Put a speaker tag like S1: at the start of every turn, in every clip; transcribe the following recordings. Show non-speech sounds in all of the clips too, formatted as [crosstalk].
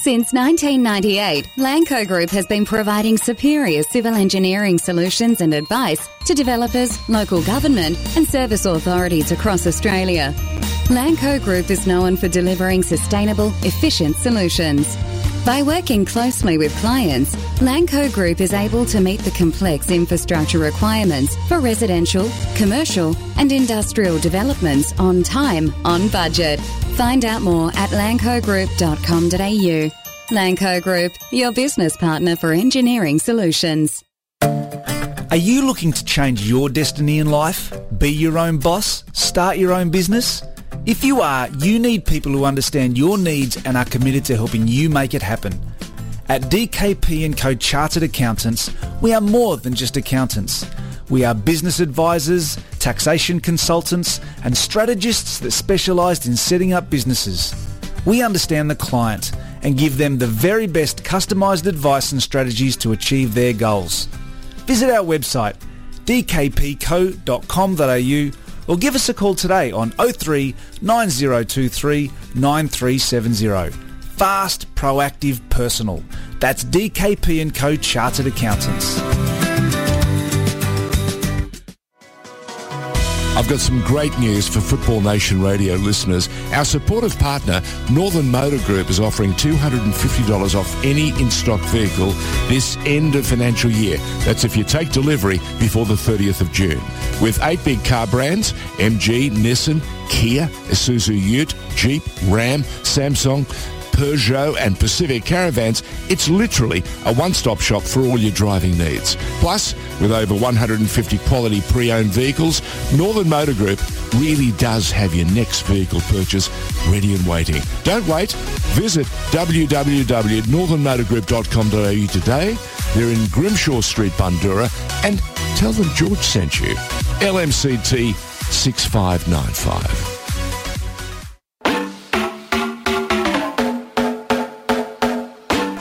S1: Since 1998, Lanco Group has been providing superior civil engineering solutions and advice to developers, local government, and service authorities across Australia. Lanco Group is known for delivering sustainable, efficient solutions. By working closely with clients, Lanco Group is able to meet the complex infrastructure requirements for residential, commercial, and industrial developments on time, on budget. Find out more at lancogroup.com.au. Lanco Group, your business partner for engineering solutions.
S2: Are you looking to change your destiny in life? Be your own boss? Start your own business? If you are, you need people who understand your needs and are committed to helping you make it happen. At DKP & Co Chartered Accountants, we are more than just accountants. We are business advisors, taxation consultants and strategists that specialise in setting up businesses. We understand the client and give them the very best customised advice and strategies to achieve their goals. Visit our website dkpco.com.au or give us a call today on 03 9023 9370. Fast, proactive, personal. That's DKP & Co Chartered Accountants.
S3: I've got some great news for Football Nation Radio listeners. Our supportive partner, Northern Motor Group, is offering $250 off any in-stock vehicle this end of financial year. That's if you take delivery before the 30th of June. With eight big car brands, MG, Nissan, Kia, Isuzu Ute, Jeep, Ram, Samsung, Peugeot and Pacific Caravans, it's literally a one-stop shop for all your driving needs. Plus, with over 150 quality pre-owned vehicles, Northern Motor Group really does have your next vehicle purchase ready and waiting. Don't wait. Visit www.northernmotorgroup.com.au today. They're in Grimshaw Street, Bundura, and tell them George sent you. LMCT 6595.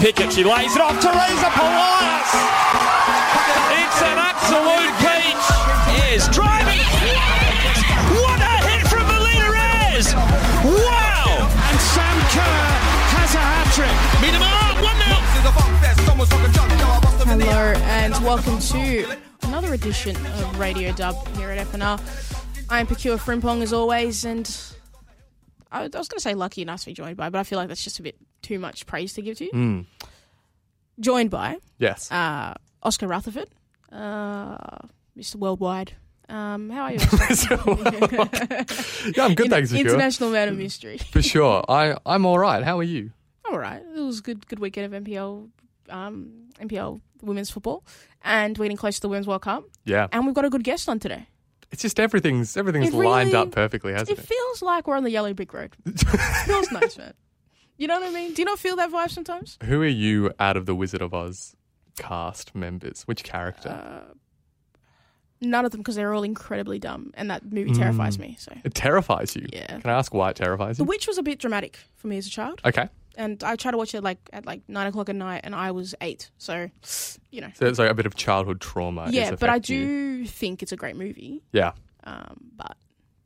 S4: Pickett, she lays it off. Teresa Polias. It's an absolute peach. Ayres driving. What a hit from Melina Ayres. Wow.
S5: And Sam Kerr has a hat trick.
S4: Meet him up. 1 0.
S6: Hello and welcome to another edition of Radio Dub here at FNR. I'm Pakua Frimpong as always, and I I was going to say lucky enough to be joined by, but I feel like that's just a bit too much praise to give to you.
S7: Hmm.
S6: Joined by
S7: Yes.
S6: uh, Oscar Rutherford, uh, Mr. Worldwide. Um, how are
S7: [laughs]
S6: you? Oscar? [laughs]
S7: yeah, I'm good,
S6: In-
S7: thanks, Akira.
S6: International Man of Mystery. [laughs]
S7: For sure. I, I'm all right. How are you?
S6: All right, it was a good good weekend of NPL um, NPL women's football, and we're getting close to the Women's World Cup,
S7: Yeah.
S6: and we've got a good guest on today.
S7: It's just everything's everything's
S6: It
S7: lined
S6: really-
S7: up perfectly, hasn't
S6: It
S7: it?
S6: feels like we're on the yellow brick road. it feels nice, man. [laughs] You know what I mean? Do you not feel that vibe sometimes?
S7: [laughs] Who are you out of the Wizard of Oz cast members? Which character?
S6: Uh, None of them, because they're all incredibly dumb, and that movie
S7: Mm.
S6: terrifies me. So
S7: it terrifies you.
S6: yeah.
S7: Can I ask why it terrifies
S6: The
S7: you?
S6: Witch was a bit dramatic for me as a child,
S7: okay.
S6: and I tried to watch it like at like nine o'clock at night, and I was eight, so you know.
S7: So it's like a bit of childhood trauma. is
S6: yeah, but I do
S7: affecting you.
S6: think it's a great movie.
S7: Yeah.
S6: Um, but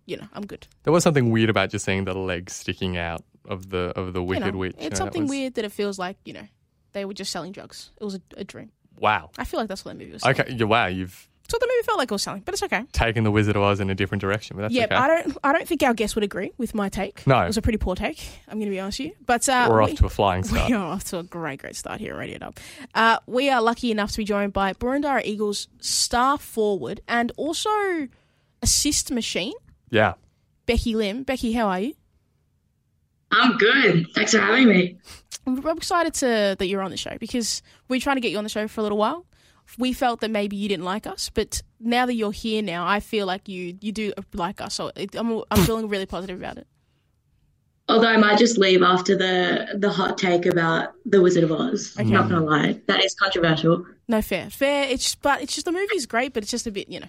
S6: you know, I'm good.
S7: There was something weird about just seeing the legs sticking out of the of the
S6: You
S7: Wicked
S6: know,
S7: Witch. you know,
S6: It's
S7: that
S6: something
S7: was-
S6: weird that it feels like you know they were just selling drugs. It was a, a dream.
S7: Wow.
S6: I feel like that's what that movie was. Selling.
S7: Okay. Yeah, wow. You've
S6: That's what the movie felt like it was selling, but it's okay.
S7: taken the Wizard of Oz in a different direction, but that's
S6: yeah,
S7: okay.
S6: I don't. I don't think our guest would agree with my take.
S7: No.
S6: it was a pretty poor take. I'm going to be honest with you, but uh,
S7: We're
S6: we-
S7: off to a flying start.
S6: [laughs] We are off to a great, great start here at Radio Dub. Uh, we are lucky enough to be joined by Burundara Eagles star forward and also assist machine,
S7: Yeah.
S6: Becky Lim. Becky, how are you?
S8: I'm good. Thanks for having me.
S6: I'm I'm excited to that you're on the show because we're trying to get you on the show for a little while. We felt that maybe you didn't like us, but now that you're here, now I feel like you you do like us. So it, I'm I'm feeling really positive about it.
S8: Although I might just leave after the the hot take about the Wizard of Oz. I'm Not gonna lie, that is controversial.
S6: No fair, fair. It's but it's just the movie's great, but it's just a bit you know.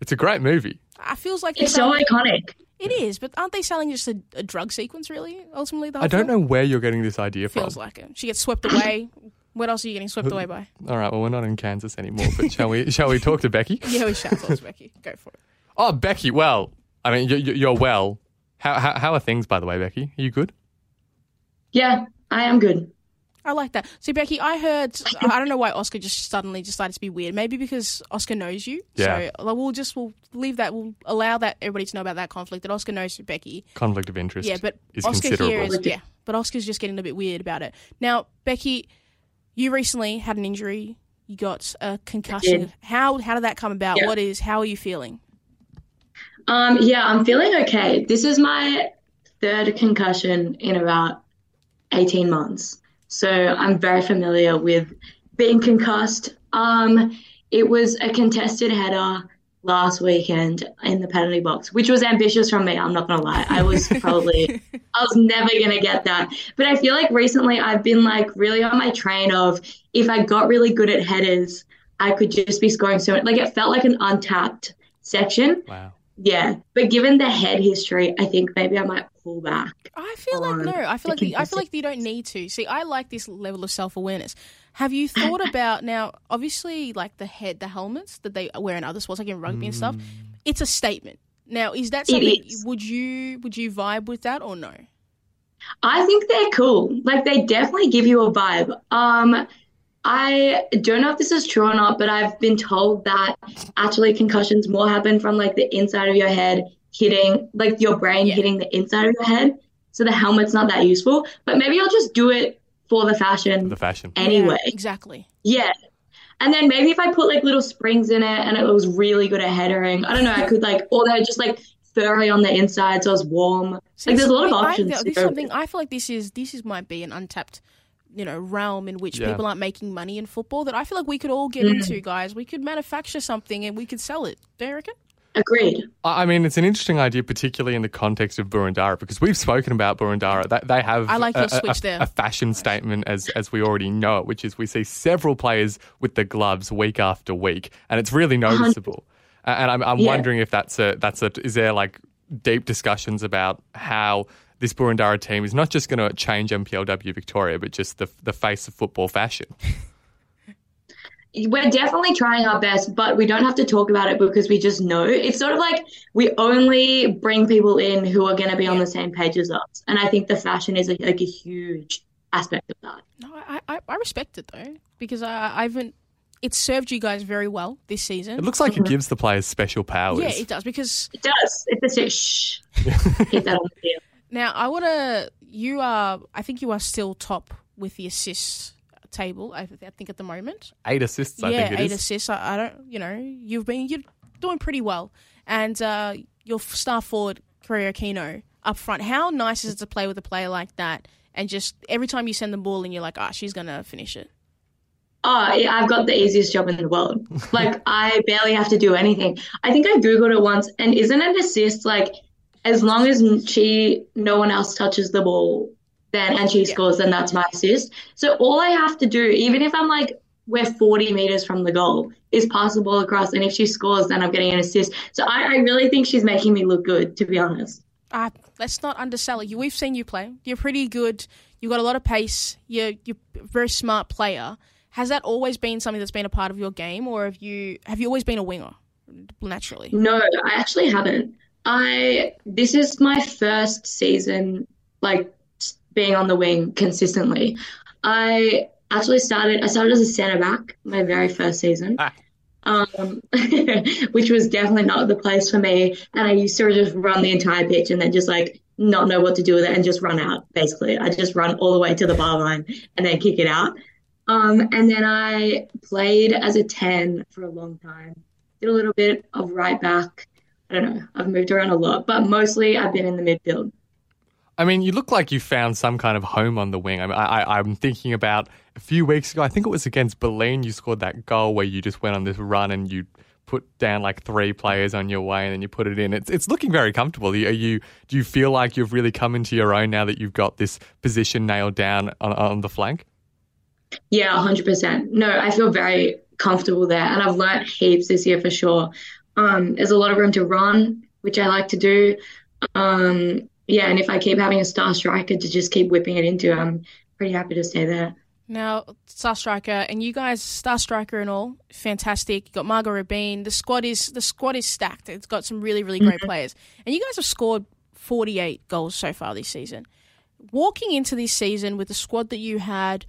S7: It's a great movie.
S6: I feels like
S8: It's
S6: they're
S8: so
S6: selling-
S8: iconic.
S6: it is, but aren't they selling just a, a drug sequence? Really, ultimately, the whole
S7: I don't
S6: film?
S7: know where you're getting this idea from.
S6: Oh, Feels like it. She gets swept
S7: [coughs]
S6: away. What else are you getting swept away by?
S7: All right, well, we're not in Kansas anymore,
S6: [laughs]
S7: but shall we? Shall we talk to Becky?
S6: Yeah, we shout
S7: [laughs]
S6: towards Becky. Go for it.
S7: Oh, Becky. Well, I mean, you're, you're well. How, how how are things, by the way, Becky? Are you good?
S8: Yeah, I am good.
S6: I like that. So Becky, I heard I don't know why Oscar just suddenly decided to be weird. Maybe because Oscar knows you.
S7: Yeah.
S6: So like, we'll just we'll leave that. We'll allow that everybody to know about that conflict that Oscar knows Becky.
S7: Conflict of interest.
S6: Yeah, but
S7: is
S6: Oscar here
S7: considerable.
S6: is yeah, but Oscar's just getting a bit weird about it. Now, Becky, you recently had an injury. You got a concussion.
S8: did.
S6: How how did that come about?
S8: Yeah.
S6: What is how are you feeling?
S8: Um, yeah, I'm feeling okay. This is my third concussion in about 18 months. So I'm very familiar with being concussed. Um, it was a contested header last weekend in the penalty box, which was ambitious from me. I'm not gonna lie. I was probably, I was never gonna get that. But I feel like recently I've been like really on my train of if I got really good at headers, I could just be scoring so much. Like it felt like an untapped section.
S7: Wow.
S8: Yeah, but given the head history, I think maybe I might pull back.
S6: I feel like
S8: Um,
S6: no. I feel
S8: I
S6: like the,
S8: can
S6: I
S8: just-
S6: feel like you don't need to. See, I like this level of self awareness. Have you
S8: [coughs]
S6: thought about now? Obviously, like the head, the helmets that they wear in other sports, like in rugby and stuff. It's a statement. Now, is that
S8: Mm. It
S6: something?
S8: is.
S6: Would you would you vibe with that or no?
S8: I think they're cool. Like they definitely give you a vibe. Um, I don't know if this is true or not, but I've been told that actually concussions more happen from like the inside of your head hitting, like your brain
S6: Yeah.
S8: hitting the inside of your head. So the helmet's not that useful, but maybe I'll just do it for the fashion
S7: The fashion.
S8: anyway.
S6: Yeah, exactly.
S8: Yeah. And then maybe if I put like little springs in it and it was really good at headering, I don't know, I could like, or they're just like furry on the inside so it's warm.
S6: See,
S8: Like there's a lot of
S6: I-
S8: options.
S6: I,
S8: to
S6: this
S8: go
S6: is
S8: with.
S6: something I feel like this is this is might be an untapped, you know, realm in which
S7: Yeah.
S6: people aren't making money in football that I feel like we could all get into, guys. We could manufacture something and we could sell it. Do you reckon?
S8: Agreed.
S7: I I mean, it's an interesting idea, particularly in the context of Burundara, because we've spoken about Burundara. They, they have
S6: I like your
S7: a, a-
S6: switch
S7: a-
S6: there.
S7: a fashion statement as as we already know it, which is we see several players with the gloves week after week, and it's really noticeable. A- And I'm, I'm
S8: Yeah.
S7: wondering if that's a that's a is there like deep discussions about how this Burundara team is not just going to change MPLW Victoria, but just the the face of football fashion.
S8: We're definitely trying our best, but we don't have to talk about it because we just know. It's sort of like we only bring people in who are going to be on the same page as us. And I think the fashion is like, a huge aspect of that.
S6: No, I, I, I respect it though because I, I haven't. It served you guys very well this season.
S7: It looks like it gives the players special powers.
S6: Mm-hmm. yeah, it does because
S8: It does. It's a shh. Hit that on the field.
S6: now I want to. You are. I think you are still top with the assists table. I, I think at the moment.
S7: eight assists, I
S6: yeah,
S7: think it
S6: eight
S7: is.
S6: assists. I, I don't. You know, you've been you're doing pretty well, and uh, your f- star forward Correa Aquino up front. How nice is it to play with a player like that? And just every time you send the ball, and you're like, ah, she's gonna finish it.
S8: oh, yeah, I've got the easiest job in the world. Like, I barely have to do anything. I think I Googled it once, and isn't an assist like as long as she, no one else touches the ball, then and she scores, then that's my assist. So all I have to do, even if I'm like we're 40 meters from the goal, is pass the ball across, and if she scores, then I'm getting an assist. So I, I really think she's making me look good, to be honest.
S6: uh, let's not undersell it. You, we've seen you play. You're pretty good. You've got a lot of pace. You're, you're a very smart player. Has that always been something that's been a part of your game, or have you have you always been a winger naturally?
S8: No, I actually haven't. I this is my first season like s- being on the wing consistently. I actually started I started as a centre back my very first season.
S7: Ah.
S8: Um, [laughs] which was definitely not the place for me. And I used to just run the entire pitch and then just like not know what to do with it and just run out, basically. I just run all the way to the bar line and then kick it out. Um, and then I played as a 10 for a long time did a little bit of right back. I don't know. I've moved around a lot, but mostly I've been in the midfield.
S7: I mean, you look like you found some kind of home on the wing. I mean, I, I, I'm thinking about a few weeks ago. I think it was against Berlin. You scored that goal where you just went on this run and you put down like three players on your way, and then you put it in. It's it's looking very comfortable. Are you do you feel like you've really come into your own now that you've got this position nailed down on, on the flank?
S8: Yeah, 100%. No, I feel very comfortable there, and I've learnt heaps this year for sure. Um, there's a lot of room to run, which I like to do. Um, yeah, and if I keep having a star striker to just keep whipping it into, I'm pretty happy to stay there.
S6: Now, Star Striker and you guys, Star Striker and all, fantastic. You got Margot Rabin. The squad is the squad is stacked. It's got some really really great players, and you guys have scored forty eight goals so far this season. Walking into this season with the squad that you had,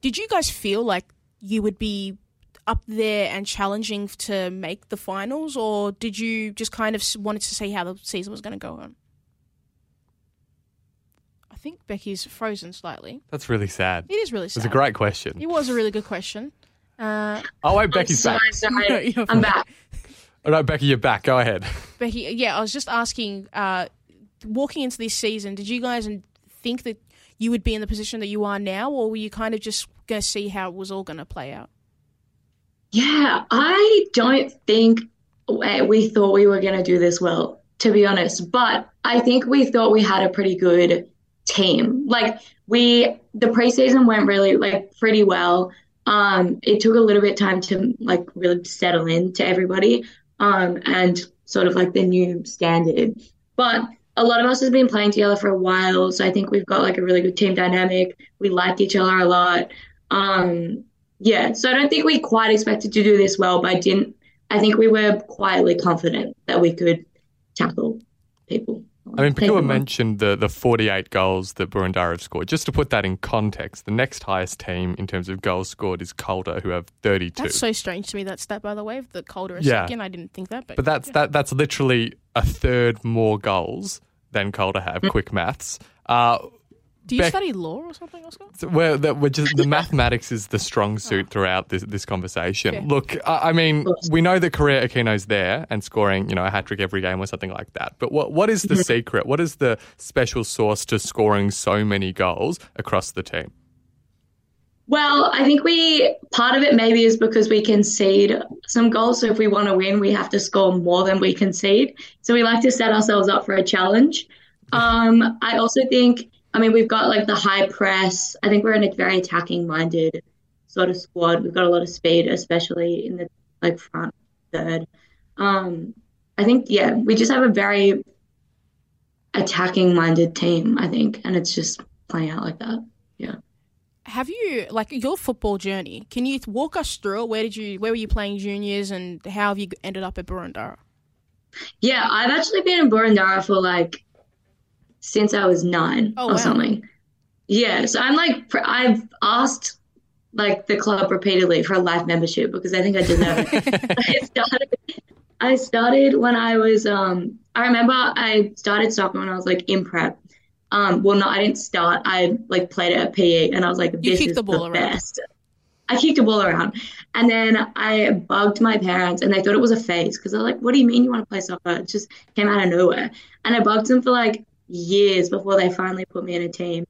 S6: Did you guys feel like you would be up there and challenging to make the finals, or did you just kind of s- wanted to see how the season was going to go on? I think Becky's frozen slightly.
S7: That's really sad.
S6: It is really sad.
S7: It's a great question.
S6: It was a really good question. Uh,
S7: Oh wait, Becky's
S8: Sorry,
S7: back.
S6: No,
S8: sorry.
S6: [laughs] you're fine.
S8: I'm back.
S7: All right, Becky, you're back. Go ahead.
S6: Becky, yeah, I was just asking. Uh, walking into this season, did you guys think that you would be in the position that you are now, or were you kind of just going to see how it was all going to play out?
S8: Yeah, I don't think we we thought we were going to do this well, to be honest. But I think we thought we had a pretty good team. Like we, the preseason went really like pretty well. Um, it took a little bit time to like really settle in to everybody, um, and sort of like the new standard. But a lot of us has been playing together for a while, so I think we've got like a really good team dynamic. We liked each other a lot. Um, yeah, so I don't think we quite expected to do this well, but I didn't. I think we were quietly confident that we could tackle people.
S7: I mean,
S8: Take
S7: Pakua
S8: them on.
S7: mentioned the, the 48 goals that Burundara have scored. Just to put that in context, the next highest team in terms of goals scored is Calder, who have 32.
S6: That's so strange to me. That stat, by the way, of the colder is
S7: Yeah.
S6: second. I didn't think that, but,
S7: but that's that that's literally a third more goals than Calder have. Quick maths. Uh,
S6: do you
S7: Bec-
S6: study law or something, Oscar? Oh.
S7: so we're, that we're just, the mathematics is the strong suit throughout this, this conversation.
S6: Fair.
S7: Look, I, I mean, we know that Korea Aquino's there and scoring, you know, a hat trick every game or something like that. But what what
S8: [laughs]
S7: is the secret? What is the special sauce to scoring so many goals across the team?
S8: Well, I think we part of it maybe is because we concede some goals. So if we want to win, we have to score more than we concede. So we like to set ourselves up for a challenge. Um, I also think, I mean, we've got like the high press. I think we're in a very attacking minded sort of squad. We've got a lot of speed, especially in the like front third. Um, I think, yeah, we just have a very attacking minded team, I think, and it's just playing out like that. Yeah.
S6: Have you like your football journey? Can you walk us through it? Where did you? Where were you playing juniors, and how have you ended up at Burundara?
S8: Yeah, I've actually been in Burundara for like since I was nine
S6: Oh,
S8: or
S6: wow.
S8: something. Yeah, so I'm like, pr- I've asked like the club repeatedly for a life membership because I think I deserve
S6: [laughs]
S8: it. I started, I started when I was, um, I remember I started soccer when I was like in prep. Um, well, no, I didn't start. I like played at PE and I was like, this
S6: kicked
S8: is
S6: the ball
S8: the
S6: around.
S8: best. I kicked a ball around. And then I bugged my parents and they thought it was a phase because they're like, what do you mean you want to play soccer? It just came out of nowhere. And I bugged them for like years before they finally put me in a team.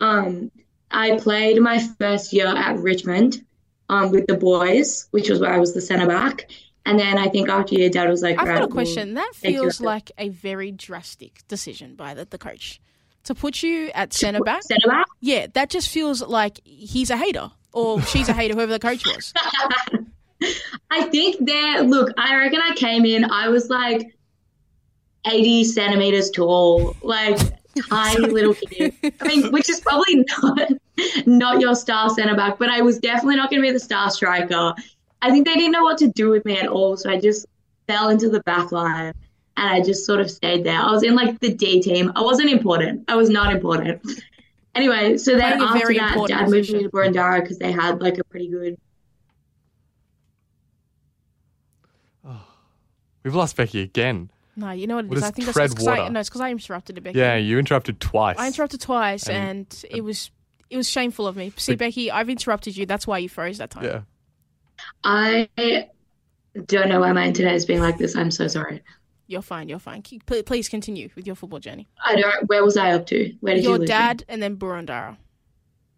S8: Um, I played my first year at Richmond um, with the boys, which was where I was the centre back. And then I think after your dad was like,
S6: I've
S8: "Right,
S6: got a
S8: we'll
S6: question. That
S8: take you
S6: feels
S8: up."
S6: like a very drastic decision by the, the coach to put you at centre back.
S8: Centre back?
S6: Yeah, that just feels like he's a hater or she's a hater, whoever the coach was.
S8: I think that, look, I reckon I came in, I was like 80 centimeters tall, like
S6: [laughs]
S8: tiny little kid. I mean, which is probably not, not your star center back, but I was definitely not going to be the star striker. I think they didn't know what to do with me at all, so I just fell into the back line and I just sort of stayed there. I was in like the D team. I wasn't important. I was not important. Anyway, so then
S6: Playing a
S8: after
S6: very
S8: that,
S6: important
S8: Dad moved me
S6: position.
S8: to Burundara because they had like a pretty good
S7: We've lost Becky again.
S6: No, you know what it
S7: Well,
S6: is. I
S7: just
S6: think
S7: tread
S6: that's because I,
S7: water.
S6: no, it's 'cause I interrupted it, Becky.
S7: Yeah, you interrupted twice.
S6: I interrupted twice,
S7: And-
S6: and, it was it was shameful of me. See, Becky, I've interrupted you. That's why you froze that time.
S7: Yeah.
S8: I don't know why my internet is being like this. I'm so sorry.
S6: You're fine. You're fine. Keep- pl- Please continue with your football journey.
S8: I don't. Where was I up to? Where did you
S6: Your
S8: lose me?
S6: dad and then Burundara.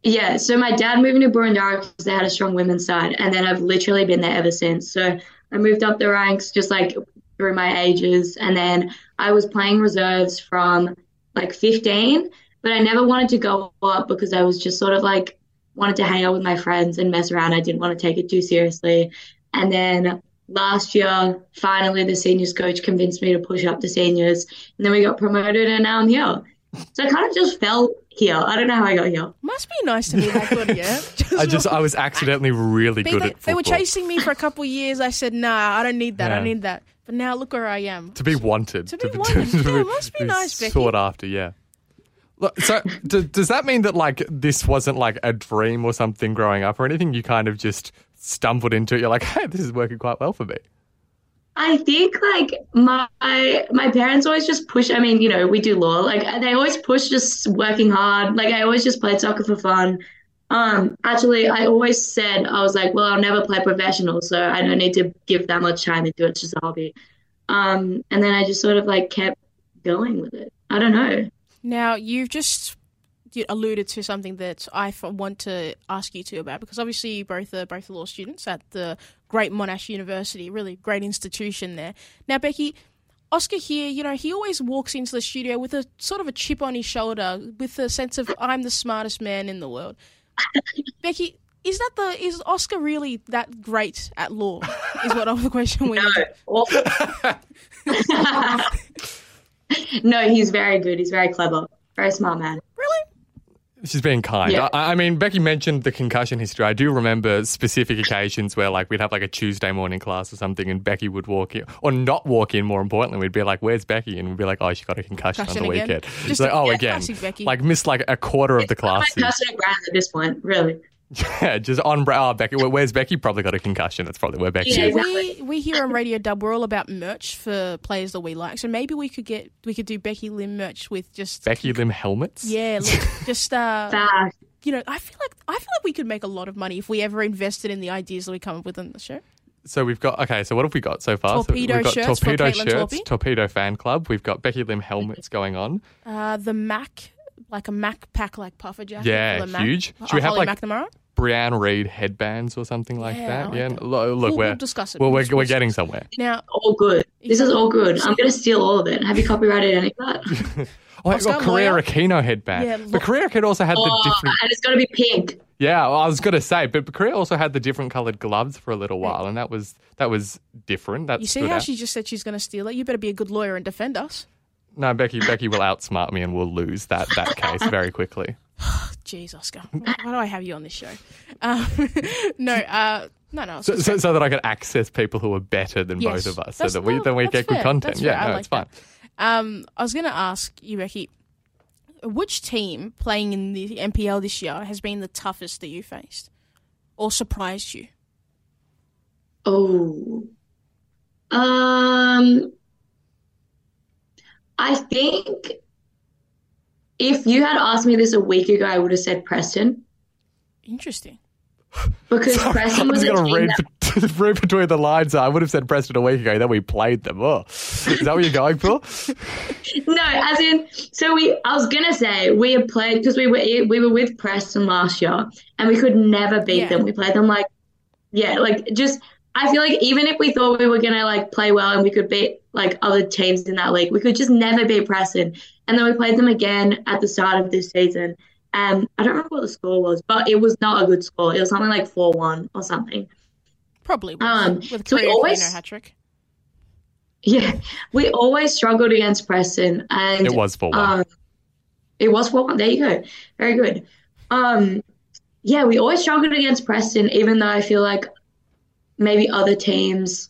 S8: Yeah. So my dad moved to Burundara because they had a strong women's side, and then I've literally been there ever since. So I moved up the ranks just like through my ages, and then I was playing reserves from like 15, but I never wanted to go up because I was just sort of like wanted to hang out with my friends and mess around. I didn't want to take it too seriously. And then last year, finally, the seniors coach convinced me to push up to seniors. And then we got promoted, and now I'm here. So I kind of just fell here. I don't know how I got here.
S6: Must be nice to be
S7: [laughs]
S6: that good, yeah.
S7: I just I was accidentally really
S6: Be
S7: good
S6: that-
S7: at
S6: they
S7: football.
S6: were chasing me for a couple years. I said, "Nah, I don't need that.
S7: Yeah.
S6: I need that." But now look where I am.
S7: to be wanted. [laughs]
S6: To be wanted. Yeah, it must be nice, Becky.
S7: Sought after, yeah. Look, So, d- does that mean that like this wasn't like a dream or something growing up or anything? You kind of just stumbled into it. You're like, [laughs] hey, this is working quite well for me.
S8: I think like my my parents always just push. I mean, you know, we do law. Like they always push just working hard. Like I always just played soccer for fun. Um, actually, I always said I was like, well, I'll never play professional, so I don't need to give that much time into it. It's just a hobby. Um, and then I just sort of like kept going with it. I don't know.
S6: Now, you've just you alluded to something that I f- want to ask you two about because obviously you both are both law students at the great Monash University, really great institution there. Now, Becky, Oscar here, you know, he always walks into the studio with a sort of a chip on his shoulder with the sense of I'm the smartest man in the world. [laughs] Becky, is that the is Oscar really that great at law? Is what the question we need.
S8: Awful. [laughs] no, he's very good. He's very clever. Very smart man.
S7: She's being kind.
S8: Yeah.
S7: I, I mean, Becky mentioned the concussion history. I do remember specific occasions where, like, we'd have like a Tuesday morning class or something, and Becky would walk in, or not walk in. More importantly, we'd be like, "Where's Becky?" And we'd be like, "Oh, she got a concussion, on the
S6: Concussion again?
S7: weekend." She's
S6: Just
S7: like,
S6: a-
S7: "Oh,
S6: yeah,
S7: again."
S6: classic Becky. Oh
S7: Like, missed like a quarter
S6: [laughs]
S7: of the
S8: My
S7: classes.
S8: personal brand at this point, really.
S7: [laughs] yeah, just on. bra- Oh, Becky, where- where's Becky? Probably got a concussion. That's probably where Becky
S8: Yeah,
S7: is.
S6: We we here on Radio Dub we're all about merch for players that we like. So maybe we could get we could do Becky Lim merch with just
S7: Becky Lim helmets.
S6: yeah,
S7: [laughs]
S6: look, just uh,
S8: Fact.
S6: you know, I feel like I feel like we could make a lot of money if we ever invested in the ideas that we come up with on the show.
S7: So we've got okay. So what have we got so far? So
S6: Torpedo
S7: we've got
S6: shirts for
S7: torpedo
S6: Caitlin
S7: shirts,
S6: Torpy.
S7: torpedo fan club. We've got Becky Lim helmets
S6: [laughs]
S7: going on.
S6: Uh, the Mac, like a Mac pack, like puffer jacket.
S7: Yeah,
S6: for the Mac,
S7: huge.
S6: Uh,
S7: Should we have,
S6: Holly
S7: like-
S6: McNamara?
S7: Brianne Reed headbands or something like
S6: Yeah,
S7: that.
S6: I like
S7: yeah,
S6: that.
S7: lo- look,
S6: We'll-
S7: we're
S6: we'll discuss it.
S7: Well, we're,
S6: We'll
S7: we're
S6: discuss
S7: getting
S6: it.
S7: somewhere.
S6: Now,
S8: all good. This is all good. I'm going to steal all of it. Have you copyrighted any of that?
S7: Oh, I've got
S6: Oscar
S7: Carrera
S6: Moyer?
S7: Aquino headband.
S6: Yeah,
S7: but
S6: look-
S7: Carrera Aquino also had [laughs] the
S8: Oh,
S7: different.
S8: and it's got to be pink.
S7: Yeah, well, I was gonna say, but Carrera also had the different coloured gloves for a little while, and that was that was different. That
S6: you see
S7: stood
S6: how
S7: out.
S6: she just said she's going to steal it. You better be a good lawyer and defend us.
S7: No, Becky, Becky will outsmart me, and we'll lose that
S6: [laughs]
S7: that case very quickly.
S6: Jeez, Oscar, why do I have you on this show? Um, [laughs] no, uh, no, no. I was
S7: So,
S6: gonna
S7: so, so that I can access people who are better than
S6: Yes.
S7: both of us, so
S6: That's-
S7: that we
S6: no,
S7: then we
S6: that's
S7: get good
S6: fair.
S7: content.
S6: That's
S7: yeah,
S6: fair. I
S7: no,
S6: like
S7: it's fine.
S6: Um, I was going to ask you, Becky, which team playing in the NPL this year has been the toughest that you faced or surprised you?
S8: Oh. Um, I think if you had asked me this a week ago, I would have said Preston
S6: Interesting.
S8: because [laughs] Preston
S7: I'm
S8: was
S7: just
S8: a
S7: gonna
S8: team
S7: read,
S8: that
S7: bet- [laughs] read between the lines. I would have said Preston a week ago. Then we played them. Oh, is that what you're going for?
S8: No, as in, so we. I was gonna say we had played because we were eh, we were with Preston last year, and we could never beat
S6: Yeah.
S8: them. We played them like, yeah, like just. I feel like even if we thought we were gonna like play well and we could beat like other teams in that league, we could just never beat Preston. And then we played them again at the start of this season. Um, I don't remember what the score was, but it was not a good score. It was something like four one or something. [laughs]
S6: Probably was,
S8: Um,
S6: with
S8: so we
S6: Korea
S8: always-
S6: Aquino hat trick.
S8: Yeah, we always struggled against Preston, and
S7: It was for one.
S8: Um, it was four one. There you go. Very good. Um, yeah, we always struggled against Preston, even though I feel like maybe other teams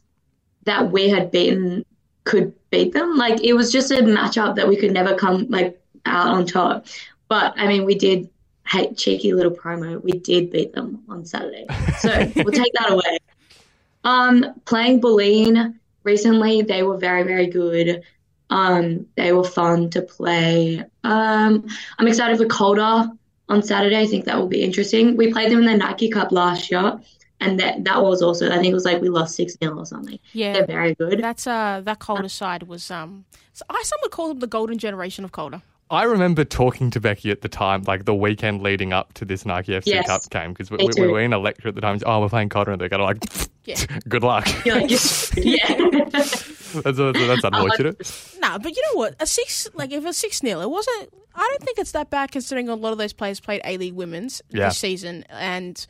S8: that we had beaten could beat them. Like it was just a matchup that we could never come like out on top. But I mean, we did. Hey, cheeky little promo. We did beat them on Saturday,
S6: [laughs]
S8: so we'll take that away. Um, playing Boleyn recently, they were very, very good. Um, they were fun to play. Um, I'm excited for Calder on Saturday. I think that will be interesting. We played them in the Nike Cup last year, and that that was also I think it was like we lost six 0 or something.
S6: Yeah,
S8: They're very good.
S6: that's uh, that colder side was um, so I some would call them the golden generation of colder.
S7: I remember talking to Becky at the time, like the weekend leading up to this Nike FC
S8: Yes.
S7: Cup game, because we,
S8: Me
S7: we, we
S8: too.
S7: were in a lecture at the time. Oh, we're playing Cotter, and they're going like, [laughs]
S6: Yeah.
S7: good luck.
S8: You're like, [laughs] yeah.
S7: that's, that's, that's unfortunate.
S6: Nah, but you know what? A six, like if a six nil, it wasn't. I don't think it's that bad considering a lot of those players played A League Women's
S7: Yeah.
S6: this season and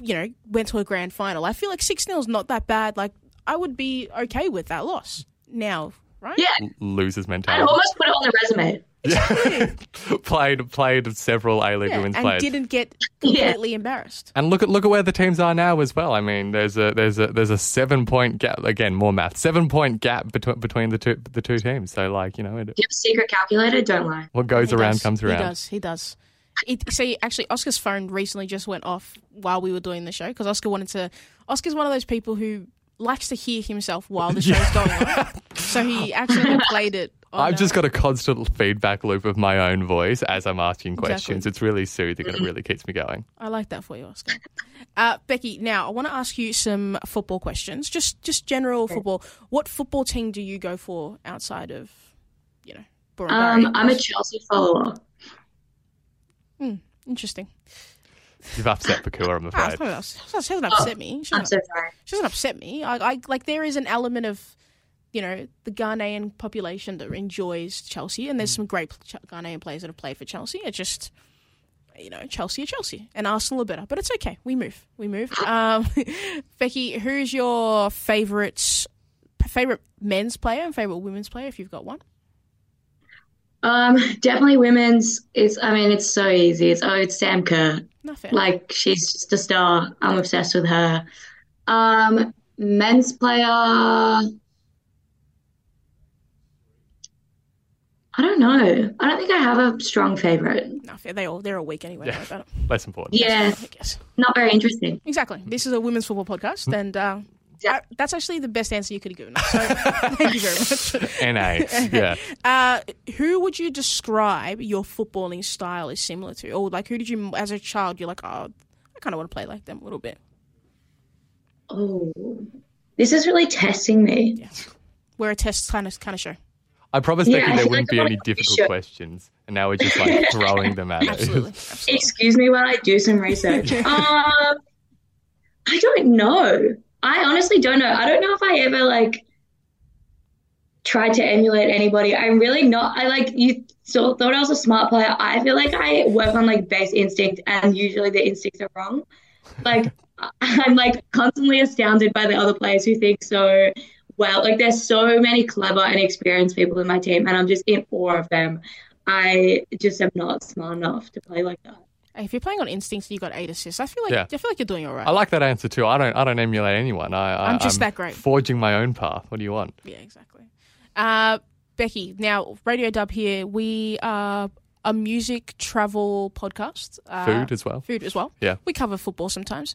S6: you know went to a grand final. I feel like six 0 is not that bad. Like I would be okay with that loss. Now, right?
S8: Yeah,
S7: losers
S8: I
S7: mentality.
S8: almost put it on the resume.
S7: [laughs] played played several A League
S6: Yeah,
S7: women's
S6: and
S7: players.
S6: didn't get
S8: Yeah.
S6: completely embarrassed.
S7: And look at look at where the teams are now as well. I mean, there's a there's a there's a seven point gap again, more math. Seven point gap between between the two the two teams. So like you know, it,
S8: Do you have a secret calculator? Don't lie.
S7: what goes
S6: He
S7: around
S6: does.
S7: comes
S6: He
S7: around. [laughs]
S6: does. He does. It, see, actually, Oscar's phone recently just went off while we were doing the show because Oscar wanted to. Oscar's one of those people who likes to hear himself while
S7: [laughs]
S6: the show's going on. So he actually played it. On,
S7: I've
S6: uh,
S7: just got a constant feedback loop of my own voice as I'm asking questions. It's really soothing and it really keeps me going.
S6: I like that for you, Oscar. [laughs] Uh, Becky, now I want to ask you some football questions. Just, just general football. What football team do you go for outside of, you know, Burundari?
S8: Um, I'm a Chelsea follower.
S6: Interesting.
S7: You've upset Pakua, I'm
S6: Ah,
S7: afraid.
S6: [laughs] she
S8: Oh,
S6: hasn't upset me. She
S8: I'm
S6: hasn't,
S8: so sorry.
S6: she hasn't upset me. I, I like there is an element of, you know, the Ghanaian population that enjoys Chelsea, and there's some great Ch- Ghanaian players that have played for Chelsea. It's just, you know, Chelsea are Chelsea, and Arsenal are better. But it's okay. We move. We move. Um, [laughs] Becky, who's your favorite favorite men's player and favorite women's player if you've got one?
S8: Um, definitely women's. It's. I mean, it's so easy. It's oh, it's Sam Kerr.
S6: Nothing.
S8: Like she's just a star. I'm obsessed with her. Um, men's player. I don't know. I don't think I have a strong favorite.
S6: Nothing. They all they're all weak anyway. Don't worry about it.
S7: Less important.
S8: Yeah,
S6: I guess.
S8: not very interesting.
S6: Exactly. This is a women's football podcast, and uh, I- that's actually the best answer you could have given. us. So thank you very
S7: [laughs] NA.
S6: much. [laughs]
S7: Yeah.
S6: Uh, who would you describe your footballing style is similar to, or like who did you, as a child, you're like, oh, I kind of want to play like them a little bit.
S8: Oh, this is really testing me.
S6: We're a test kind of kind of show.
S7: I promised
S8: Yeah,
S7: Becky there
S6: [laughs]
S8: I feel
S7: wouldn't
S8: like
S7: be
S8: I'm
S7: any
S8: on a
S7: difficult
S8: show.
S7: questions. And now we're just like throwing them at
S6: Absolutely.
S7: it.
S6: Absolutely.
S8: Excuse me while I do some research. um, I don't know. I honestly don't know. I don't know if I ever like tried to emulate anybody. I'm really not. I like you so, thought I was a smart player. I feel like I work on like base instinct, and usually the instincts are wrong. Like [laughs] I- I'm like constantly astounded by the other players who think so well. Like there's so many clever and experienced people in my team, and I'm just in awe of them. I just am not smart enough to play like that.
S6: Hey, if you're playing on instincts and you got eight assists, I feel like
S7: Yeah.
S6: I feel like you're doing all right.
S7: I like that answer too. I don't I don't emulate anyone. I, I
S6: I'm just that great.
S7: Forging my own path. What do you want?
S6: Yeah, exactly. Uh, Becky, now Radio Dub here. We are a music travel podcast. Uh,
S7: Food as well.
S6: Food as well.
S7: Yeah.
S6: We cover football sometimes.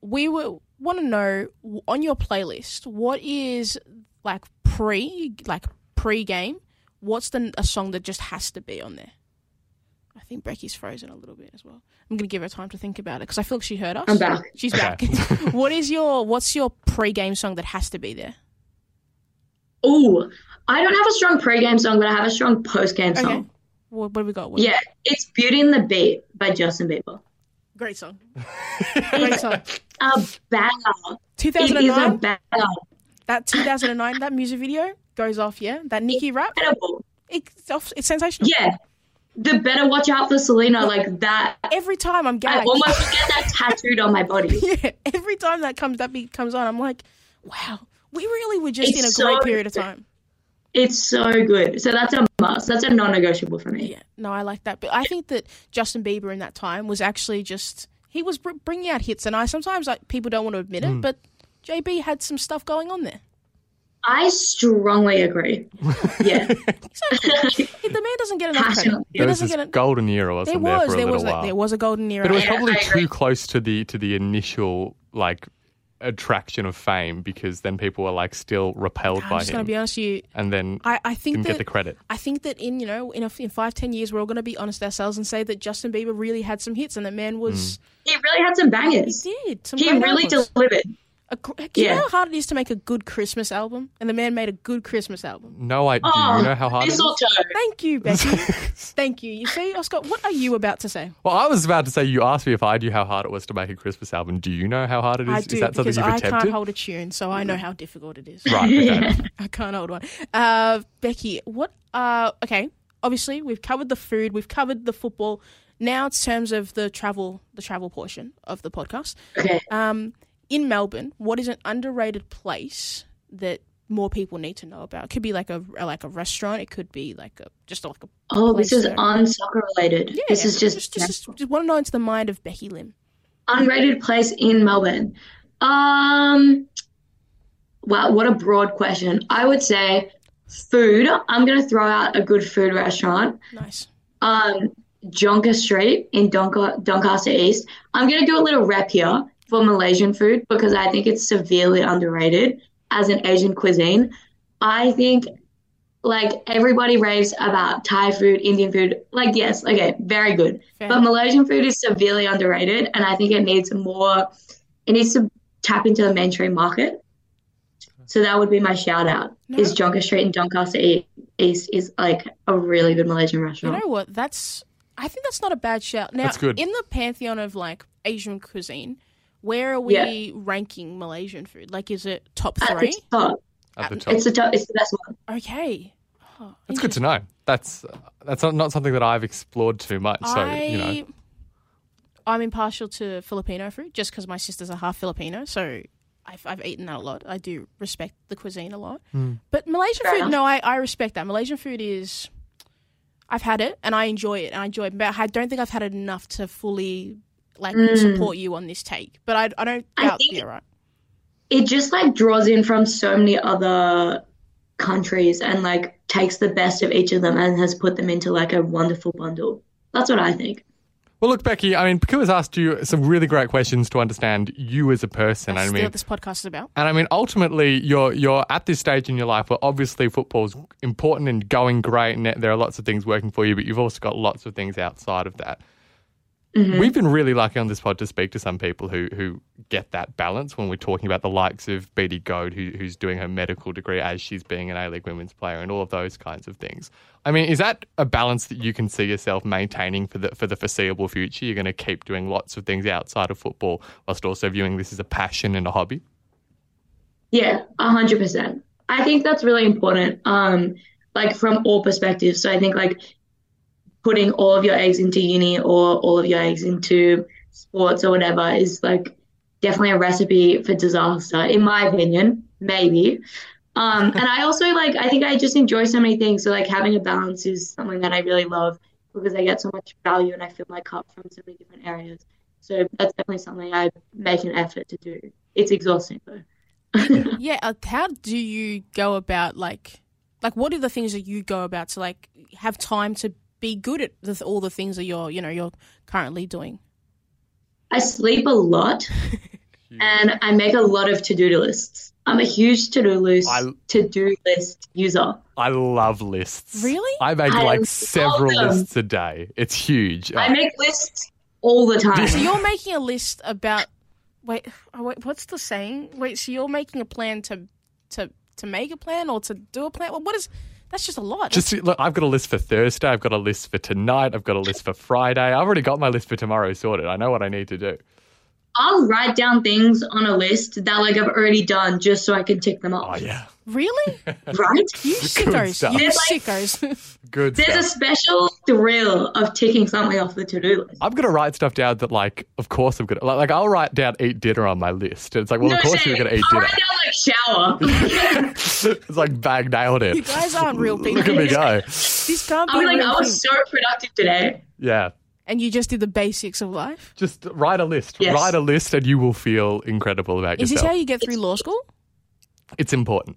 S6: We were, want to know w- on your playlist what is like pre like pre game. What's the a song that just has to be on there? I think Becky's frozen a little bit as well. I'm gonna give her time to think about it because I feel like she heard us.
S8: I'm back.
S7: [laughs]
S6: She's
S7: Okay.
S6: back. [laughs] what is your what's your pre game song that has to be there?
S8: Oh, I don't have a strong pre-game song, but I have a strong post-game
S6: Okay.
S8: song.
S6: What, what have we got? What-
S8: Yeah, it's "Beauty and the Beat" by Justin Bieber.
S6: Great song. Great song.
S8: A banger. It is a
S6: 2009.
S8: banger.
S6: That 2009. That music video goes off. Yeah. That Nicki rap.
S8: Incredible.
S6: It's off, It's sensational.
S8: Yeah. The better watch out for Selena, like that.
S6: Every time I'm
S8: I
S6: gagged.
S8: almost get that tattooed on my body.
S6: [laughs] yeah. Every time that comes that beat comes on, I'm like, wow. We really were just
S8: It's
S6: in a
S8: so
S6: great period of time.
S8: It's so good. So that's a must. That's a non-negotiable for me.
S6: Yeah. No, I like that. But I think that Justin Bieber in that time was actually just he was br- bringing out hits, and I sometimes like people don't want to admit
S7: Mm.
S6: it, but JB had some stuff going on there.
S8: I
S6: [laughs]
S8: strongly agree. Yeah. [laughs]
S6: Exactly. He- the man doesn't get enough credit.
S8: Passionately.
S6: He
S7: There was
S6: doesn't
S7: this
S6: get it.
S7: golden era,
S6: There
S7: wasn't there, for
S6: was,
S7: a
S6: there
S7: little
S6: was,
S7: while?
S6: like, there was a golden era.
S7: But it was
S8: Yeah,
S7: probably
S8: I agree.
S7: too close to the to the initial like attraction of fame because then people were like still repelled
S6: I'm
S7: by
S6: just
S7: him,
S6: gonna be honest with you.
S7: and then
S6: I, I think
S7: didn't
S6: that
S7: get the credit.
S6: I think that in you know in a, in five ten years we're all gonna be honest ourselves and say that Justin Bieber really had some hits and that man was
S8: He really had some
S7: Mm.
S8: bangers.
S6: he did some
S8: He
S6: great
S8: really
S6: albums.
S8: delivered.
S6: A gr- do you
S8: Yeah.
S6: know how hard it is to make a good Christmas album and the man made a good Christmas album.
S7: No, I do.
S8: Oh,
S7: You know how hard. It is?
S8: Mistletoe.
S6: Thank you, Becky.
S7: [laughs]
S6: Thank you. You see, Oscar, what are you about to say?
S7: Well, I was about to say you asked me if I knew how hard it was to make a Christmas album. Do you know how hard it is?
S6: I do
S7: is that something
S6: because
S7: you've
S6: I
S7: attempted?
S6: can't hold a tune, so I know how difficult it is.
S7: right. Okay.
S6: [laughs] I can't hold one. Uh, Becky, what? Uh, okay. Obviously, we've covered the food, we've covered the football. Now it's terms of the travel, the travel portion of the podcast.
S8: Okay.
S6: Um, in Melbourne, what is an underrated place that more people need to know about? It could be like a like a restaurant. It could be like a just like a
S8: Oh, this
S6: place
S8: is
S6: that-
S8: unsoccer related.
S6: yeah.
S8: this is
S6: just just, just, want to know into the mind of Becky Lim.
S8: unrated place in Melbourne? Um, wow, what a broad question. I would say food. I'm going to throw out a good food restaurant.
S6: Nice.
S8: Um, Jonker Street in Donca- Doncaster East. I'm going to do a little rep here for Malaysian food because I think it's severely underrated as an Asian cuisine. I think like everybody raves about Thai food, Indian food. Like, yes, okay, very good.
S6: Fair.
S8: But Malaysian food is severely underrated, and I think it needs more, it needs to tap into the mainstream market. So that would be my shout out. Is Jonker Street in Doncaster E- East is like a really good Malaysian
S6: You
S8: restaurant.
S6: know what? That's I think that's not a bad shout. Now,
S7: Oh. That's good.
S6: in the pantheon of like Asian cuisine, where are we
S8: Yeah. Uh,
S6: ranking Malaysian food? Like, is it top
S8: At
S6: three?
S8: the top.
S7: at the top.
S8: It's the top. It's the best one.
S6: Okay. Oh,
S7: That's good to know. That's that's not, not something that I've explored too much. So you know,
S6: I'm impartial to Filipino food just because my sisters are half Filipino, so I've, I've eaten that a lot. I do respect the cuisine a lot,
S7: Hmm.
S6: but Malaysian
S8: Fair
S6: food,
S8: enough.
S6: no, I, I respect that. Malaysian food is, I've had it and I enjoy it, and I enjoy it, but I don't think I've had it enough to fully like support you on this take. But I, I don't
S8: Hmm. I
S6: doubt
S8: think-
S6: you're right.
S8: It just like draws in from so many other countries and like takes the best of each of them and has put them into like a wonderful bundle. That's what I think.
S7: well, look, Becky. I mean, Pakua's asked you some really great questions to understand you as a person.
S6: That's
S7: I
S6: still
S7: mean,
S6: what this podcast is about.
S7: And I mean, ultimately, you're you're at this stage in your life where obviously football's important and going great, and there are lots of things working for you, but you've also got lots of things outside of that. We've been really lucky on this pod to speak to some people who who get that balance when we're talking about the likes of Beattie Goad, who, who's doing her medical degree as she's being an A League women's player, and all of those kinds of things. I mean, is that a balance that you can see yourself maintaining for the for the foreseeable future? You're going to keep doing lots of things outside of football, whilst also viewing this as a passion and a hobby.
S8: Yeah, a hundred percent. I think that's really important. Um, like from all perspectives. So I think like putting all of your eggs into uni or all of your eggs into sports or whatever is like definitely a recipe for disaster, in my opinion. Maybe. Um, and I also like I think I just enjoy so many things. So like having a balance is something that I really love because I get so much value and I fill my cup from so many different areas. So that's definitely something I make an effort to do. It's exhausting though.
S6: yeah uh, how do you go about like like what are the things that you go about to like have time to be good at the, all the things that you're you know you're currently doing
S8: I sleep
S7: [laughs]
S8: a lot and I make a lot of to-do lists. I'm a huge to-do list
S7: I-
S8: to-do list user.
S7: I love lists.
S6: Really?
S7: I make
S8: I
S7: like
S8: love
S7: several
S8: them.
S7: lists a day. It's huge. Uh,
S8: I make lists all the time.
S6: so you're making a list about wait, oh, wait what's the saying wait so you're making a plan to to to make a plan or to do a plan well, what is that's just a lot
S7: just look, I've got a list for Thursday. I've got a list for tonight. I've got a list for Friday. I've already got my list for tomorrow sorted. I know what I need to do.
S8: I'll write down things on a list that like I've already done just so I can tick them
S7: Oh
S8: off.
S7: yeah,
S6: really
S8: [laughs] Right?
S7: [laughs]
S6: you sickos
S7: stuff.
S6: you
S8: There's like-
S6: sickos [laughs]
S7: good
S8: There's a
S7: stuff.
S8: special thrill of ticking something off the to-do list.
S7: I'm gonna write stuff down that, like, of course I'm gonna like, like I'll write down eat dinner on my list. It's like, well, of course
S8: shame.
S7: you're gonna eat
S8: I'll
S7: dinner.
S8: write down like shower.
S7: [laughs]
S8: [laughs]
S7: it's like bang nailed
S6: you
S7: it.
S6: guys aren't real
S7: [laughs]
S6: people
S7: Look at me go.
S6: this can't be
S8: I'll be like,
S6: real
S8: I
S6: thing.
S8: was so productive today.
S7: Yeah.
S6: and you just did the basics of life
S7: Just write a list.
S8: Yes.
S7: Write a list, and you will feel incredible about
S6: is this
S7: yourself.
S6: how you get through law school
S7: it's important.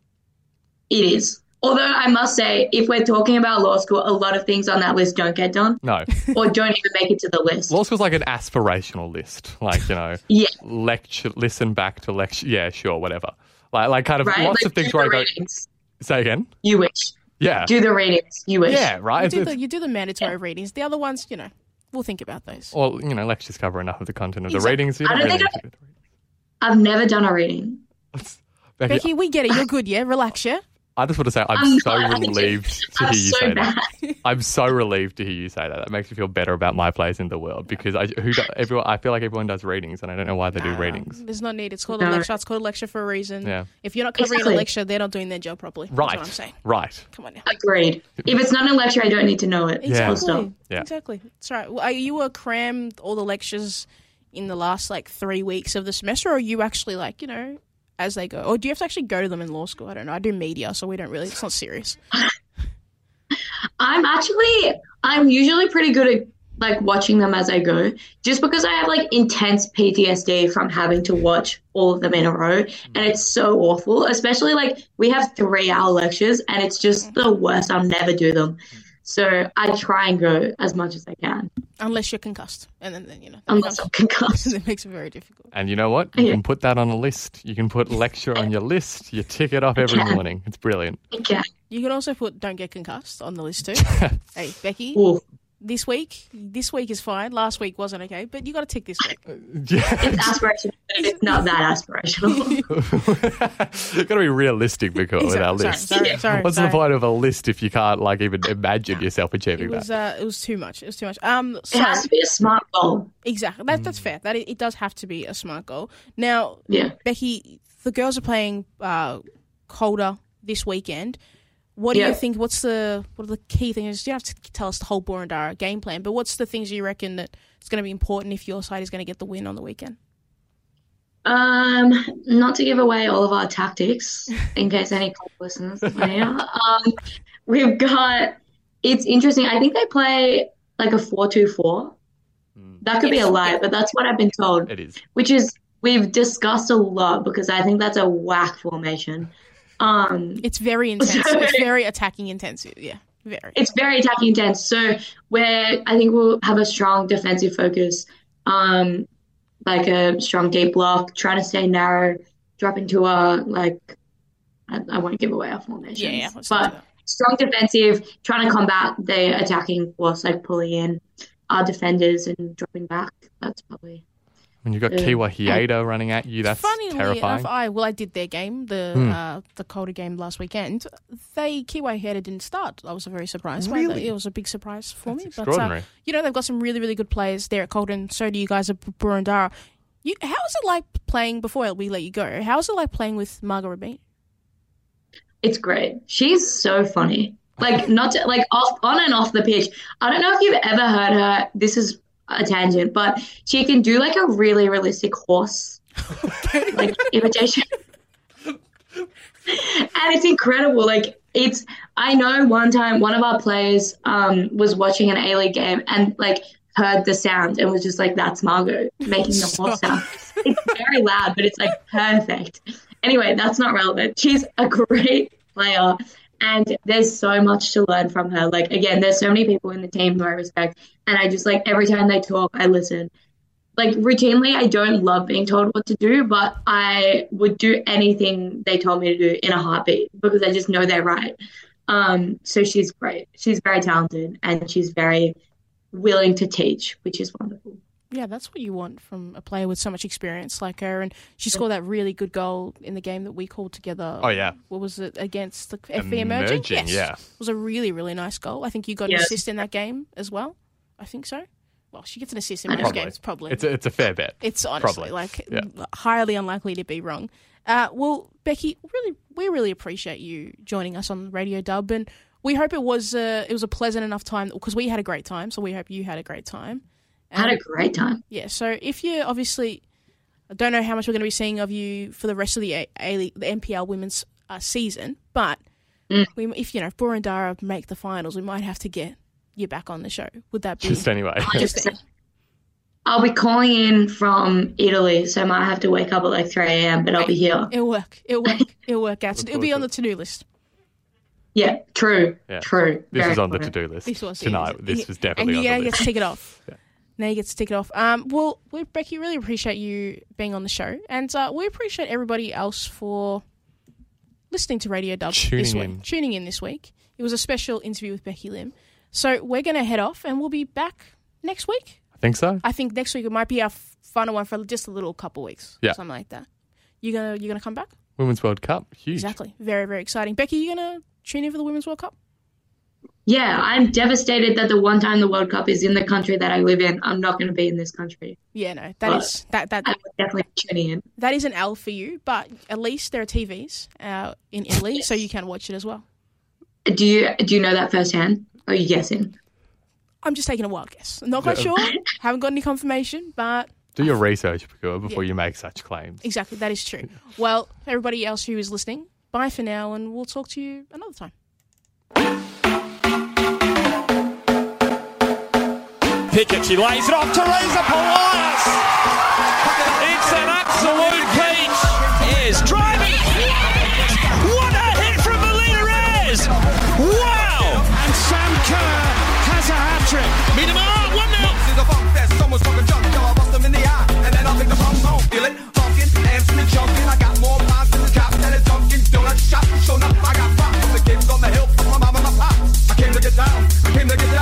S8: It is. Although I must say, if we're talking about law school, a lot of things on that list don't get done.
S7: No,
S8: or don't even make it to the list.
S7: Law school's like an aspirational list, like you know,
S8: [laughs] Yeah.
S7: lecture, listen back to lecture. Yeah, sure, whatever. Like, like kind of
S8: right?
S7: lots
S8: Like,
S7: of things
S8: do
S7: where I
S8: the
S7: go.
S8: readings.
S7: Say again.
S8: You wish.
S7: Yeah,
S8: Do the readings. You wish.
S7: yeah, right.
S6: You do,
S7: It's-
S6: the, you do the mandatory readings. The other ones, you know, we'll think about those.
S7: or you know, lectures cover enough of the content of the
S6: Exactly.
S7: readings. You
S8: I
S7: don't
S8: don't
S7: really
S8: think
S7: need to do the readings.
S8: I've never done a reading.
S7: [laughs] Becky,
S6: Becky, we get
S7: [laughs]
S6: it. You're good, yeah? Relax, yeah?
S7: I just want to say I'm,
S8: I'm [laughs]
S7: so
S8: not- I'm
S7: relieved to
S8: I'm
S7: hear you
S8: so
S7: say
S8: bad.
S7: that. [laughs] I'm so relieved to hear you say that. That makes me feel better about my place in the world because I who do, everyone I feel like everyone does readings and I don't know why they do readings.
S6: There's no need. It's called a lecture. It's called a lecture for a reason.
S7: Yeah.
S6: If you're not covering
S8: Exactly.
S6: a lecture, they're not doing their job properly. That's
S7: Right.
S6: what I'm saying.
S7: Right.
S6: Come on now.
S8: Agreed. If it's not a lecture, I don't need to know it.
S7: Yeah.
S8: Full stop.
S6: Exactly.
S7: Yeah.
S6: Exactly. That's right. Well, are you were crammed all the lectures in the last like three weeks of the semester, or are you actually like, you know, as they go, or do you have to actually go to them in law school? I don't know. I do media, so we don't really. It's not serious.
S8: I'm actually I'm usually pretty good at like watching them as I go, just because I have like intense PTSD from having to watch all of them in a row,
S7: Mm.
S8: and it's so awful. Especially like we have three hour lectures, and it's just the worst. I'll never do them,
S7: Mm.
S8: so I try and go as much as I can,
S6: Unless you're concussed, and then, then you know. that
S8: unless I'm
S6: [laughs] becomes-
S8: concussed.
S6: it makes it very difficult.
S7: And you know what? You
S8: Yeah.
S7: can put that on a list. You can put lecture on your list. You tick it off every
S8: Yeah.
S7: morning. It's brilliant.
S8: Yeah.
S6: You can also put "Don't get concussed" on the list too. hey, Becky,
S8: Ooh.
S6: this week, this week is fine. Last week wasn't okay, but you got to tick this week.
S7: Yeah.
S8: It's aspirational, but it's not that aspirational.
S7: [laughs] You've got to be realistic because with our
S6: Sorry,
S7: list.
S6: sorry, sorry,
S7: What's
S6: sorry.
S7: the point of a list if you can't like even imagine yourself achieving
S6: It was
S7: that?
S6: uh, it was too much. It was too much. Um,
S8: it
S6: so,
S8: has to be a smart goal.
S6: exactly. That, that's fair. That it, it does have to be a smart goal. Now,
S8: Yeah.
S6: Becky, the girls are playing uh, Calder this weekend. What do
S8: Yeah.
S6: you think? What's the what are the key things? You don't have to tell us the whole Borondara game plan, but what's the things you reckon that it's going to be important if your side is going to get the win on the weekend?
S8: Um, not to give away all of our tactics in case any club listeners are playing out. Um, we've got it's interesting. I think they play like a four-two-four. That could be a lie, but that's what I've been told,
S7: It is.
S8: which is we've discussed a lot because I think that's a whack formation. Um,
S6: It's very intense. it's very attacking intensive. Yeah, very.
S8: it's very attacking intense. So where I think we'll have a strong defensive focus, um, like a strong deep block, trying to stay narrow, drop into our like. I, I won't give away our formations,
S6: Yeah, yeah. let's not do
S8: but
S6: that.
S8: strong defensive, trying to combat the attacking force, like pulling in our defenders and dropping back. That's probably
S7: When you've got
S8: Yeah.
S7: Kiwa Hieda running at you, that's
S6: Funnily
S7: terrifying. Hmm.
S6: enough, uh, I well, I did their game, the uh, the Calder game last weekend. They Kiwi Header didn't start. I was very surprised. by that.
S7: Really?
S6: it was a big surprise for me. But,
S7: extraordinary.
S6: uh, you know, they've got some really really good players there at Calder, and so do you guys at B- Burundara. You, how is it like playing before we let you go? How is it like playing with Margaret Bean?
S8: it's great. She's so funny. Like not to, like off on and off the pitch. I don't know if you've ever heard her. This is a tangent, but she can do like a really realistic horse like imitation, and it's incredible. Like it's. I know one time one of our players um was watching an A League game and like heard the sound and was just like, "That's Margot making the horse sound." It's very loud, but it's like perfect. Anyway, that's not relevant. She's a great player. And there's so much to learn from her. Like again, there's so many people in the team who I respect, and I just like every time they talk, I listen. Like routinely, I don't love being told what to do, but I would do anything they told me to do in a heartbeat because I just know they're right. Um, so she's great. She's very talented, and she's very willing to teach, which is wonderful.
S6: Yeah, that's what you want from a player with so much experience like her. And she scored that really good goal in the game that we called together.
S7: Oh, yeah.
S6: What was it against the FB Emerging?
S7: Emerging,
S6: Yes.
S7: yeah.
S6: It was a really, really nice goal. I think you got an
S8: Yes.
S6: assist in that game as well. I think so. Well, she gets an assist in most
S7: Probably.
S6: games, probably.
S7: It's a, it's a fair bet.
S6: It's honestly
S7: Probably.
S6: like mm,
S7: Yeah.
S6: highly unlikely to be wrong. Uh, well, Becky, really, we really appreciate you joining us on Radio Dub, and we hope it was uh, it was a pleasant enough time because we had a great time. So we hope you had a great time.
S8: I had a
S6: And-
S8: great time.
S6: yeah. So if you obviously, I don't know how much we're going to be seeing of you for the rest of the a- a- League- the NPL women's uh, season, but we, if you know if Borondara make the finals, we might have to get you back on the show. Would that be
S7: [laughs] Just anyway.
S6: [laughs] just
S8: I'll be calling in from Italy, so I might have to wake up at like 3 a.m., but I'll be here.
S6: It'll work. It'll work. It'll work out. It'll be on the to do list.
S8: Yeah, true,
S7: Yeah.
S8: true.
S7: This
S8: Very
S7: was on the to
S8: important.
S7: do list
S6: This was
S7: tonight. This was definitely
S6: and
S7: on
S6: yeah,
S7: the
S6: you get
S7: list.
S6: to take
S7: [laughs]
S6: it off. Now you get to take it off. Um, well, we, Becky, really appreciate you being on the show, and uh, we appreciate everybody else for listening to Radio Dub this
S7: Tuning
S6: week.
S7: in.
S6: Tuning in this week. It was a special interview with Becky Lim. So we're going to head off, and we'll be back next week.
S7: I think so.
S6: I think next week it might be our f- final one for just a little couple weeks,
S7: Yeah.
S6: something like that. You gonna you gonna come back?
S7: Women's World Cup, huge.
S6: Exactly. Very very exciting. Becky, you gonna tune in for the Women's World Cup?
S8: Yeah, I'm devastated that the one time the World Cup is in the country that I live in, I'm not going to be in this country.
S6: Yeah, no, that
S8: Uh,
S6: is that that
S8: I would definitely be tuning in.
S6: that is an L for you, but at least there are TVs uh, in Italy, so you can watch it as well.
S8: Do you do you know that firsthand? Or are you guessing?
S6: I'm just taking a wild guess. I'm not quite sure. Haven't got any confirmation, but
S7: Do your research Pakua, before you make such claims.
S6: Exactly, that is true. Well, everybody else who is listening, bye for now, and we'll talk to you another time.
S4: Pickett, she lays it off. Teresa Polias. It's an absolute peach. Is driving. What a hit from Melina Reyes. Wow.
S5: And Sam Kerr has a hat trick.
S4: Meet him up. 1 0.
S9: Shop, showing up, I got props. The game's on the hill, my mom and my pop. I came to get down, I came to get down.